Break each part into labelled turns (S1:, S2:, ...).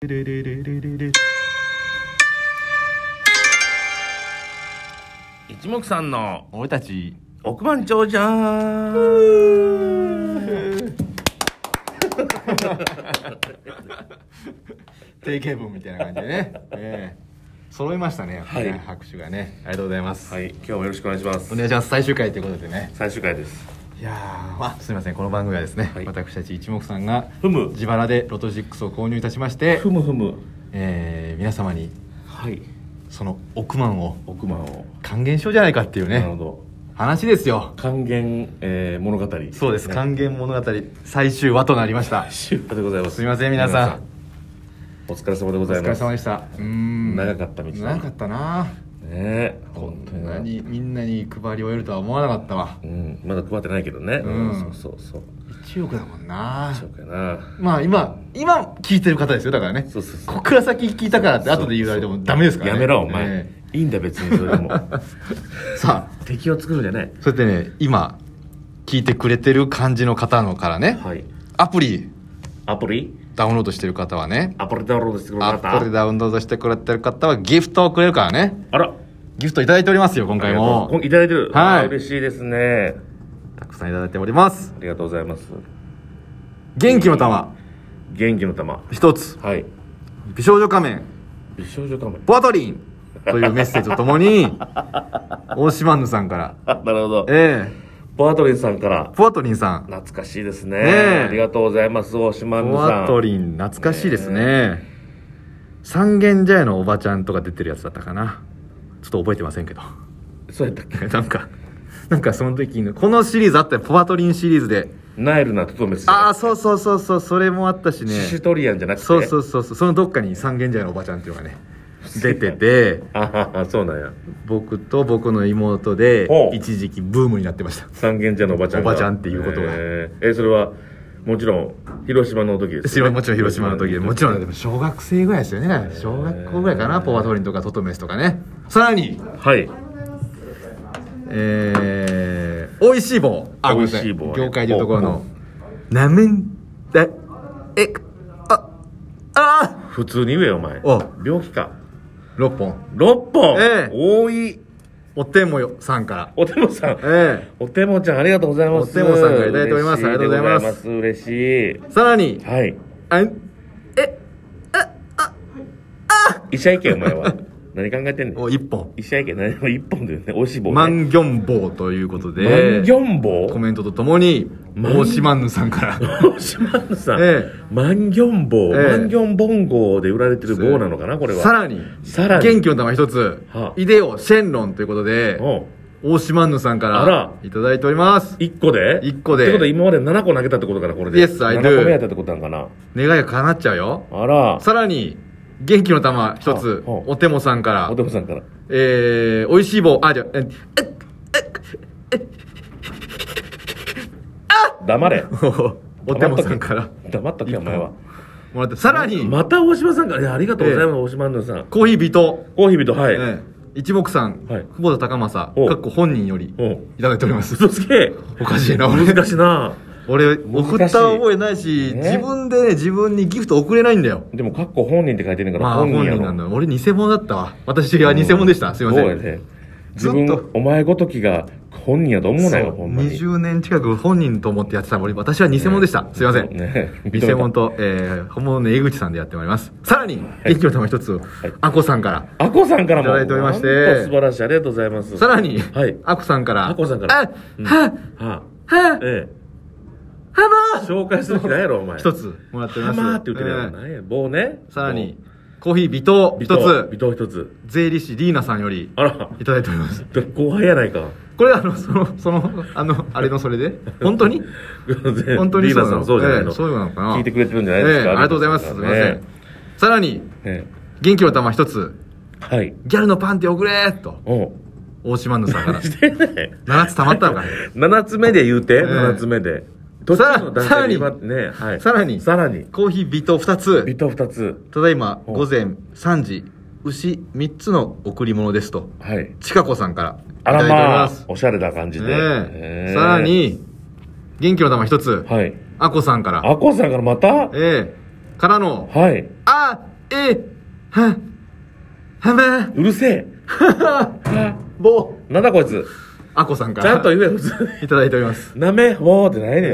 S1: ルルルルルルル
S2: 一目さんの
S3: 俺たち
S2: 億万長 者は
S3: 定型文みたいな感じ でね、ええ揃いましたねやっぱりね、
S2: はい
S3: 拍手がねありがとうございます、
S2: い今日もよろしくお願いします
S3: お願いします最終回ということでね
S2: 最終回です
S3: いやーあすみませんこの番組はですね、
S2: はい
S3: 私たち一目さんが
S2: ふむ
S3: 自腹でロト6を購入いたしまして、
S2: むふむ
S3: えー皆様に
S2: はい
S3: その億万を
S2: 億万を
S3: 還元しようじゃないかっていう
S2: なるほ
S3: ね
S2: ど
S3: 話ですよ
S2: 還元、えー、物語
S3: そうです還元物語最終話となりました
S2: 終了でございます
S3: すみません皆さん
S2: お疲れ様でご
S3: お
S2: ざい
S3: 疲
S2: ま
S3: れ
S2: す
S3: 様でしたうーん
S2: 長かった道だな
S3: 長かったな
S2: ねえ
S3: こ
S2: 本当
S3: ん
S2: に
S3: なにみんなに配り終えるとは思わなかったわ
S2: うんまだ配ってないけどね
S3: うん
S2: そうそうそう
S3: 1億だもんな
S2: そうかな
S3: まあ今今聞いてる方ですよだからね
S2: そうそうそう
S3: ここから先聞いたからって後で言われてもダメですから、
S2: や
S3: ね、
S2: めろお前、
S3: え
S2: いいんだ別にそれでも
S3: えさあ
S2: 敵を作るんじゃない
S3: それでね今聞いてくれてる感じの方のからね、
S2: はい
S3: アプリ
S2: アプリ
S3: ダウンロードしてる方はね
S2: アプリダウンロードしてくれ
S3: ア
S2: た
S3: プリダウンロードしてくれてる方はギフトをくれるからね
S2: あら
S3: ギフトいただいておりますよ今回
S2: ありがとう
S3: も
S2: いただいてる。
S3: は
S2: あ
S3: い
S2: 嬉しいですね。
S3: たくさんいただいております
S2: ありがとうございます。
S3: 元気の玉
S2: 元気の玉。
S3: 一つ
S2: はい。
S3: 美少女仮面
S2: 美少女仮面。
S3: ボアトリンというメッセージとともに大島ヌさんから
S2: あなるほど。
S3: ええ
S2: ボアトリンさんから。
S3: ポワトリンさん。
S2: 懐かしいですね。
S3: ねえ
S2: ありがとうございます。大島
S3: ポ
S2: ヌさ
S3: ワ
S2: ん。
S3: トリン、懐かしいですね。三軒茶屋のおばちゃんとか出てるやつだったかな。ちょっと覚えてませんけど。
S2: そうやったっけ
S3: なんか、なんかその時の、このシリーズあったよ、ポワトリンシリーズで。
S2: ナイルなトトメス。
S3: ああ、そうそうそうそう、それもあったしね。
S2: シュトリアンじゃなくて。。
S3: そうそううそうそう、そのどっかに三軒茶屋のおばちゃんっていうのがね、出てて、
S2: あはは、そうなんや。
S3: 僕と僕の妹で
S2: ほ、う
S3: 一時期ブームになってました。
S2: 三軒茶屋のおばちゃんが。
S3: おばちゃんっていうことが
S2: えーえーそれは、もちろん、広島の時です、
S3: もちろん広島の時でもちろんでも小学生ぐらいですよね小学校ぐらいかなポワトリンとかトトメスとかねさらに
S2: はい。
S3: えー、おいしい棒あごめんなさ
S2: 美味しい棒ね
S3: 業界でいうところのなめんだえああ
S2: 普通に言えよ、お前。
S3: お
S2: 病気か。
S3: 6本
S2: 六本、
S3: ええ
S2: 多い。
S3: おてもよさんから
S2: お手もさん。
S3: え
S2: おてもちゃんありがとうございます。
S3: おてもさんからいただいております
S2: 嬉しで
S3: ありがとうございま
S2: ご
S3: す
S2: ざいます。嬉し
S3: えさらに
S2: い。はい。
S3: あんえ
S2: 医者意見お前 は。何考えてんねん。
S3: お1本
S2: 医者意見何も一本だよね。美味しい棒ね。
S3: マンギョン棒ということ
S2: マン
S3: で
S2: ギョン棒
S3: コメントとともに
S2: マン
S3: 大島ヌさんから
S2: 大島のさん、
S3: え
S2: マンギョン棒、
S3: ええ
S2: マンギョンボン号で売られてる棒なのかなこ れは。
S3: さらに
S2: さらに
S3: 元気の玉一つ、
S2: はあ
S3: イデオシェンロンということで
S2: おう
S3: 大島ヌさんか
S2: あら
S3: らいただいております
S2: 一個で
S3: 一個で
S2: ってことは今まで7個投げたってことかなこれで。
S3: Yes, I do
S2: 7個目やったってことなのかな
S3: 願いが叶っちゃうよ
S2: あら。
S3: さらに元気の玉一つ、
S2: はあはあ
S3: おてもさんから
S2: お手もさんから。
S3: えー、おいしい棒あじゃ あええ
S2: 黙れ。
S3: おてもさんから
S2: 黙っとけ、お前は。
S3: もらってさらに、
S2: また大島さんからいや、ありがとうございます、大島のさん。
S3: コーヒービト、
S2: コーヒービト、はい。
S3: ええ一目さん、
S2: はい
S3: 久保田高政
S2: おう
S3: かっこ本人より
S2: おう
S3: いただいており ます
S2: 嘘つけ
S3: おかしいな俺
S2: 難しいな
S3: 俺送った覚えない
S2: 難し
S3: し
S2: いね
S3: 自分でね自分にギフト送れないんだよ
S2: でも、かっこ本人って書いてるから、
S3: まあ本人
S2: やろ
S3: なんだ俺偽物だったわ私は偽物でした、すいません
S2: そうやね。
S3: ず
S2: 自
S3: っと
S2: 分、お前ごときが本人やと思うなよ、
S3: そう
S2: ほんまに。
S3: 20年近く本人と思ってやってた俺私は偽物でした、すいません、
S2: ね
S3: 偽物と、えー本物の江口さんでやっておりますさらに元気の玉一つ、あこさんから
S2: あこさんからも。
S3: いただいておりまして
S2: なんと素晴らしい。ありがとうございます。
S3: さらに、
S2: はい。
S3: あこさんから
S2: あこさんから
S3: あ、は
S2: は
S3: は
S2: あ、ええ。
S3: は
S2: 紹介する気ないやろ、お前。
S3: 一つもらっており
S2: ハ
S3: ます
S2: マーって言ってるやろ、
S3: え
S2: なんや。棒ね。
S3: ーさらにコーヒー微糖
S2: 棒、
S3: 一
S2: 微
S3: つ
S2: 糖一つ。
S3: 税理士リーナさんより
S2: あら、
S3: いただいております
S2: 後輩やないか。
S3: これあのそのそのあのあれのそれ で本当に本
S2: 本
S3: 当に
S2: リー
S3: そう
S2: ダーさ
S3: なの
S2: んそうじゃないの、
S3: ええそうなのかな
S2: 聞いてくれてるんじゃないですか、
S3: ええありがとうございます、すみません
S2: ね
S3: さらに
S2: え
S3: 元気の玉一つ
S2: えはい
S3: ギャルのパンって送れーと
S2: おう
S3: 大島ヌさんから
S2: してね
S3: 7つ溜まったのかね
S2: 7つ目で言うて、
S3: え
S2: 7つ目で途中の段階で今ね、はい、
S3: さらに
S2: さらに
S3: コーヒー微糖2つ
S2: ビト2つ
S3: ただいま
S2: お
S3: 午前3時牛3つの贈り物ですと
S2: はい
S3: ちかこさんから
S2: あ
S3: い
S2: ら
S3: ただいており
S2: ま
S3: ま
S2: あ
S3: す、
S2: おしゃれな感じで、
S3: ええ
S2: ええ
S3: さらに元気の玉一つ
S2: はい
S3: あこさんから
S2: あこさんからまた
S3: ええからの、
S2: はい。
S3: あ、え、は、はめ、
S2: うるせえ。
S3: ぼ、
S2: なんだこいつ。
S3: あこさんか
S2: ち
S3: ら。
S2: ゃんと言えよ、普 通。
S3: いただいております。
S2: なめ、ほーってないねん。
S3: え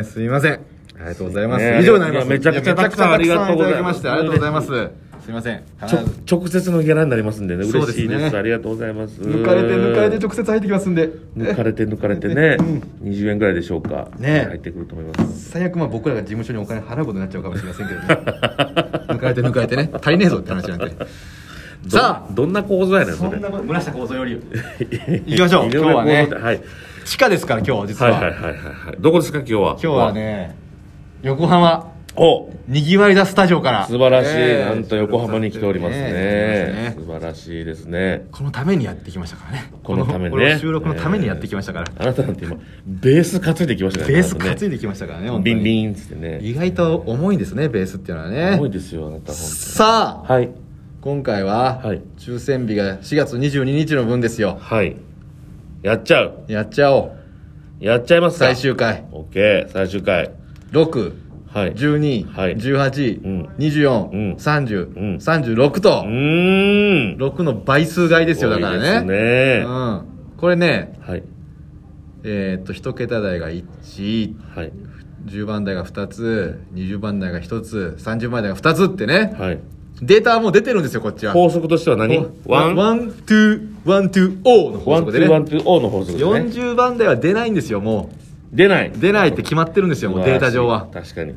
S3: ー、すいません。ありがとうございます。
S2: ね
S3: 以上になります。
S2: いやめちゃくちゃ
S3: いやめ
S2: たくさんありがとうございます
S3: たくさんいただきましてありがとうございます。すいません。
S2: ちょ直接のギャラになりますんでね、
S3: そう
S2: 嬉
S3: です
S2: し
S3: ね
S2: いです。ありがとうございます。
S3: 抜かれて抜かれて直接入ってきますんで。
S2: 抜かれて抜かれてね、20円ぐらいでしょうか。
S3: ね
S2: 入ってくると思います。
S3: 最悪まあ僕らが事務所にお金払うことになっちゃうかもしれません けどね抜かれて抜かれてね足りねえぞって話なんでさ
S2: あ、どんな構造やねん、それ。
S3: なこと村下構造より行きましょう
S2: 井上
S3: 今日はね
S2: 構造ってはい。
S3: 地下ですから今日は実
S2: はい
S3: は、
S2: はいはいはいはい。どこですか、今日は。
S3: 今日は。ね横浜
S2: お
S3: にぎわいだスタジオから
S2: 素晴らしい、
S3: え
S2: な
S3: ー
S2: んと横浜に来ておりますね
S3: ね
S2: 素晴らしいですね
S3: このためにやってきましたからね
S2: このためね
S3: この収録のためにやってきましたから、
S2: あなたなんて今ベース担いできましたね
S3: ベース担
S2: で
S3: いできましたからね
S2: ビン
S3: ン
S2: ビンっつってね
S3: 意外と重いんですねベースっていうのはね
S2: 多いですよあなた本
S3: さあ
S2: 当はい
S3: 今回は、
S2: はい
S3: 抽選日が4月22日の分ですよ
S2: はいやっちゃう
S3: やっちゃおう
S2: やっちゃいますか
S3: 最終回
S2: オッケー最終回
S3: 6
S2: はい
S3: 1 2
S2: はいうん
S3: 18、
S2: うん
S3: 24、
S2: うん
S3: 30、36と
S2: う、ーん
S3: 6の倍数買いですよ、だからね。
S2: 多いです
S3: う
S2: ね
S3: ん。これね、
S2: はい
S3: えーっと、1桁台が1、
S2: はい
S3: 10番台が2つ、20番台が1つ、30番台が2つってね、
S2: はい
S3: データはもう出てるんですよ、こっちは。
S2: 法則としては何ワ
S3: ワン、
S2: ン
S3: ワン、ツー、ワン、ツー、オーの法
S2: ワンツ
S3: 則で
S2: ーワン
S3: ね。
S2: ツーオーの法則ですね
S3: 40番台は出ないんですよ、も。
S2: 出ないう
S3: 出ないって決まってるんですよ、もうデータ上は。
S2: 確かに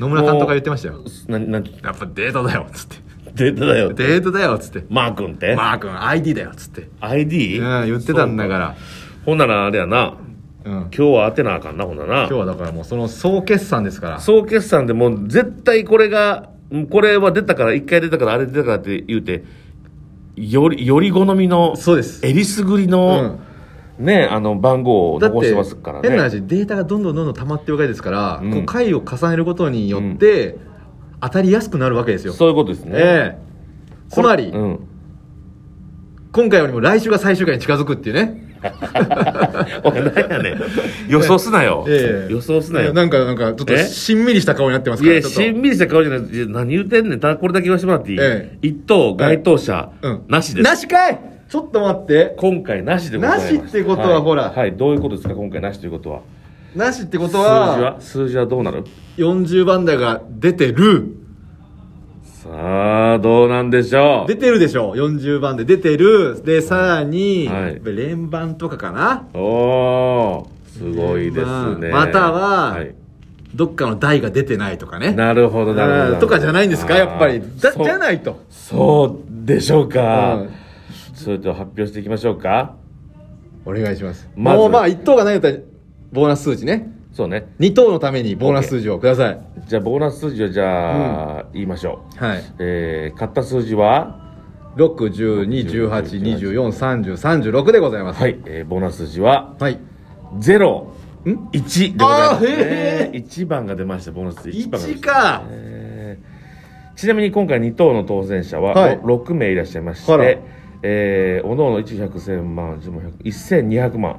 S3: 野村監督が言ってましたよ。
S2: ななんて
S3: やっぱデータだよ、つって。
S2: データだよ
S3: データだよ、つって。
S2: マー君って、
S3: マー君 ID だよっつって、
S2: ID?
S3: うん、言ってたんだから
S2: そうほんならあれやな
S3: う、ん、
S2: 今日は当てなあかんなほんなら
S3: 今日はだからもうその総決算ですから
S2: 総決算でもう絶対これがうんこれは出たから一回出たからあれ出たからって言うてよりより好みの
S3: そうです
S2: えりすぐりの、ねあの番号を
S3: だっ
S2: 残しててますからね
S3: 変な話データがどんどんどんどん溜まってるわけですから、
S2: うん
S3: こう回を重ねることによって、当たりやすくなるわけですよ、
S2: そういうことですね
S3: ええつまり、
S2: うん、
S3: 今回よりも来週が最終回に近づくっていうね、
S2: おい何やねん予想すなよ、
S3: ええ
S2: 予想すなよ
S3: なんかなんかちょっと
S2: え
S3: しんみりした顔になってます
S2: い
S3: から
S2: や、
S3: ちょっ
S2: しん
S3: と
S2: みりした顔じゃないいや。何言うてんねん。ただこれだけ言わせてもらっていい、
S3: え
S2: 一等、該当者、
S3: うん
S2: なしです。
S3: なしかいちょっと待って
S2: 今回なしでございます。
S3: なしってことはいほら
S2: はい。どういうことですか今回なしということは。
S3: なしってこ
S2: 数
S3: と
S2: 字
S3: は
S2: は数字はどうなる
S3: 40番台が出てる
S2: さあ、どうなんでしょう
S3: 出てるでしょ40番で出てるでさらに、
S2: はい
S3: やっぱり連番とかかな
S2: おー、すごいですね。
S3: まあまたは
S2: はい
S3: どっかの台が出てないとかね
S2: なるほど、なるほどなるほ
S3: う
S2: ど。
S3: んとかじゃないんですかやっぱりだじゃ
S2: い
S3: ないと
S2: そうでしょうか。
S3: うん
S2: それでは発表していきましょうか。
S3: お願いします
S2: まず
S3: もうまあ1等がないんだったらボーナス数字ね
S2: そうね。
S3: 2等のためにボーナス数字をください、
S2: じゃあ、ボーナス数字をじゃあ、言いましょう。
S3: はい
S2: えー、買った数字は
S3: 61218243036でございます
S2: はい、えー、ボーナス字は
S3: はい
S2: ゼロ
S3: ん
S2: 一でございます、ね。
S3: あーへー
S2: 一番が出ましたボーナス字一番が出ま
S3: 1
S2: した
S3: か
S2: えーちなみに今回二等の当選者は、
S3: はい
S2: 六名いらっしゃいまし
S3: あら
S2: て、えー、おのおの一百千万十万百一千二百万。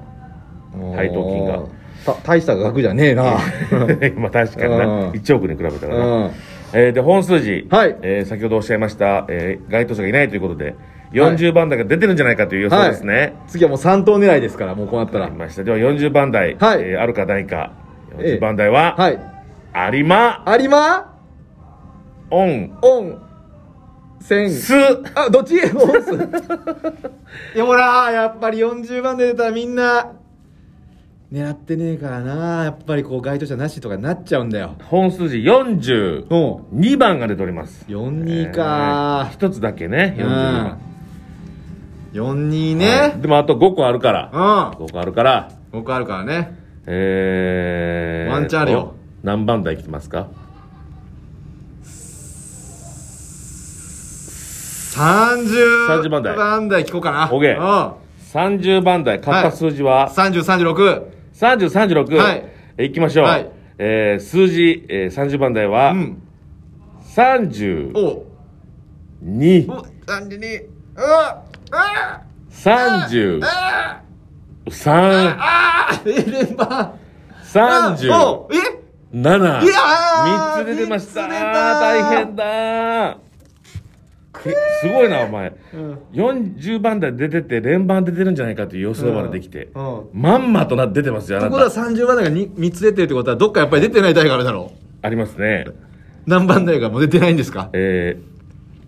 S2: 配当金が
S3: おーた大した額じゃねえ な
S2: まあ確かに
S3: う
S2: なん一億に比べたら
S3: う
S2: ね。
S3: ん
S2: えー、で本数字、
S3: はい
S2: えー、先ほどおっしゃいました、えー、該当者がいないということで40番台が出てるんじゃないかという予想ですね、
S3: 次はもう3等狙いですからもうこうなった
S2: あ
S3: ら
S2: りましたでは40番台、
S3: はい
S2: えーあるかないか
S3: え
S2: 40
S3: え
S2: 番台は、
S3: はい
S2: 有馬
S3: 有馬
S2: オン
S3: オンセン
S2: ス
S3: あどっ ちオンスいやほらやっぱり40番で出たらみんな狙ってねえからなやっぱりこう該当者なしとかなっちゃうんだよ
S2: 本数字42
S3: おう
S2: 番が出ております
S3: 42か
S2: えー一つだけね42番
S3: 42
S2: はい
S3: ね
S2: でもあと5個あるから
S3: う
S2: 5個あるから
S3: ん僕あるからね
S2: えー
S3: ワンチャンあるよ
S2: お何番台来てますか
S3: 30
S2: 30番台
S3: 番台聞こうかな
S2: オッケー
S3: ー
S2: 30番台買った数字は、
S3: 3036
S2: 3036、
S3: はい
S2: えーいきましょう、
S3: はい
S2: えー数字、えー、30番台
S3: う
S2: は、
S3: ん
S2: 32
S3: おうお32うわうわ
S2: 33
S3: ああ連番
S2: 30
S3: おえ
S2: 7
S3: いやー
S2: 3つ出てました
S3: 三つ出た
S2: 大変だくすごいなお前
S3: うん
S2: 40番台出てて連番出てるんじゃないかという予想までできて、
S3: うんうん
S2: まんまとなって出てますよあ
S3: と
S2: な
S3: ころは
S2: た
S3: 30番台が 2, 3つ出てるってことはどっかやっぱり出てない台があるだろう
S2: ありますね
S3: 何番台がもう出てないんですか
S2: え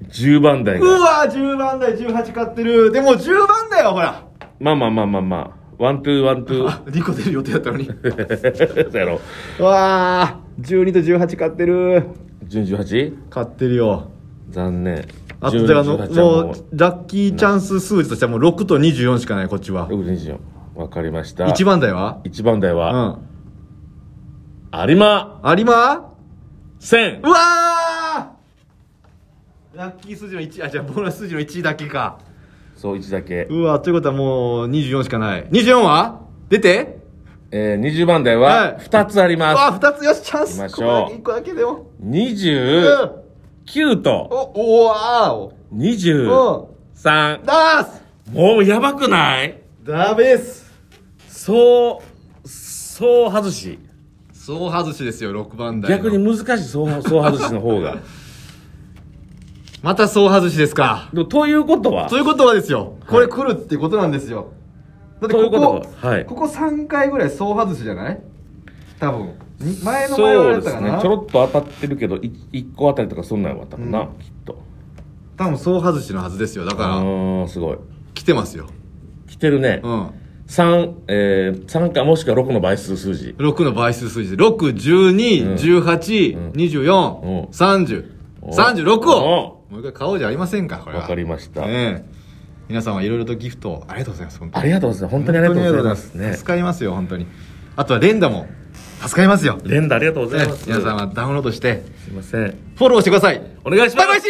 S2: ー、10番台
S3: う
S2: が
S3: わー10番台18買ってるでも10番台はほら
S2: まあまあまあまあまあワントゥーワ ントゥ
S3: あ2個出る予定だったの に
S2: ーそうやろ
S3: うわー12と18買ってる
S2: 順 18?
S3: 買ってるよ
S2: 残念
S3: あとだからあの
S2: 18は
S3: もうラッキーチャンス数字としてはもう6と24しかないこっちは
S2: 6時24わかりました
S3: 1番台は
S2: 一番台
S3: う
S2: は、
S3: ん
S2: 有馬
S3: 有馬
S2: 1000
S3: うわーラッキー数字の1あじゃあボーナス数字の1だけか
S2: そう1だけ、
S3: うわということはもう24しかない24は出て
S2: えー、20番台
S3: はい
S2: は2つあり
S3: う
S2: ます、
S3: わ2つよしチャンス
S2: 行きまし
S3: これだ
S2: ょ
S3: け
S2: う
S3: 1個だけでもうん
S2: 29と
S3: おおわーお
S2: 23
S3: うんダース
S2: もうやばくない
S3: ダメです
S2: そうそう外し
S3: 総外しですよ6番台の
S2: 逆に難しいそうそう外しの方が
S3: また総外しですか
S2: でもということは
S3: ということはですよこれ来るってことなんですよ、だって
S2: という
S3: こ
S2: こ
S3: こと
S2: ははい
S3: ここ3回ぐらい総外しじゃない多分に前の前は
S2: そ
S3: や
S2: う
S3: っ
S2: で
S3: たか
S2: す
S3: な、
S2: ねちょろっと当たってるけど1個あたりとかそんなんはあったかな、
S3: うん
S2: きっと
S3: 多分総外しのはずですよだ
S2: あ
S3: から
S2: ーすごい
S3: 来てますよ
S2: 来てるね、
S3: うん
S2: 三えー、3かもしくは6の倍数数字
S3: 6の倍数数字で61218243036、18 24
S2: うん
S3: 30
S2: お
S3: 36をもう一回買おうじゃありませんかこれは
S2: わかりました、
S3: ねえ皆さんはいろいろとギフトをありがとうございます本当に
S2: ありがとうございます本当にありがとうございますね
S3: 助かりますよ本当にあとは連打も助かりますよ、ね
S2: 連打ありがとうございます、
S3: 皆さんはダウンロードして
S2: すいません
S3: フォローしてください
S2: お願いします
S3: バイバイ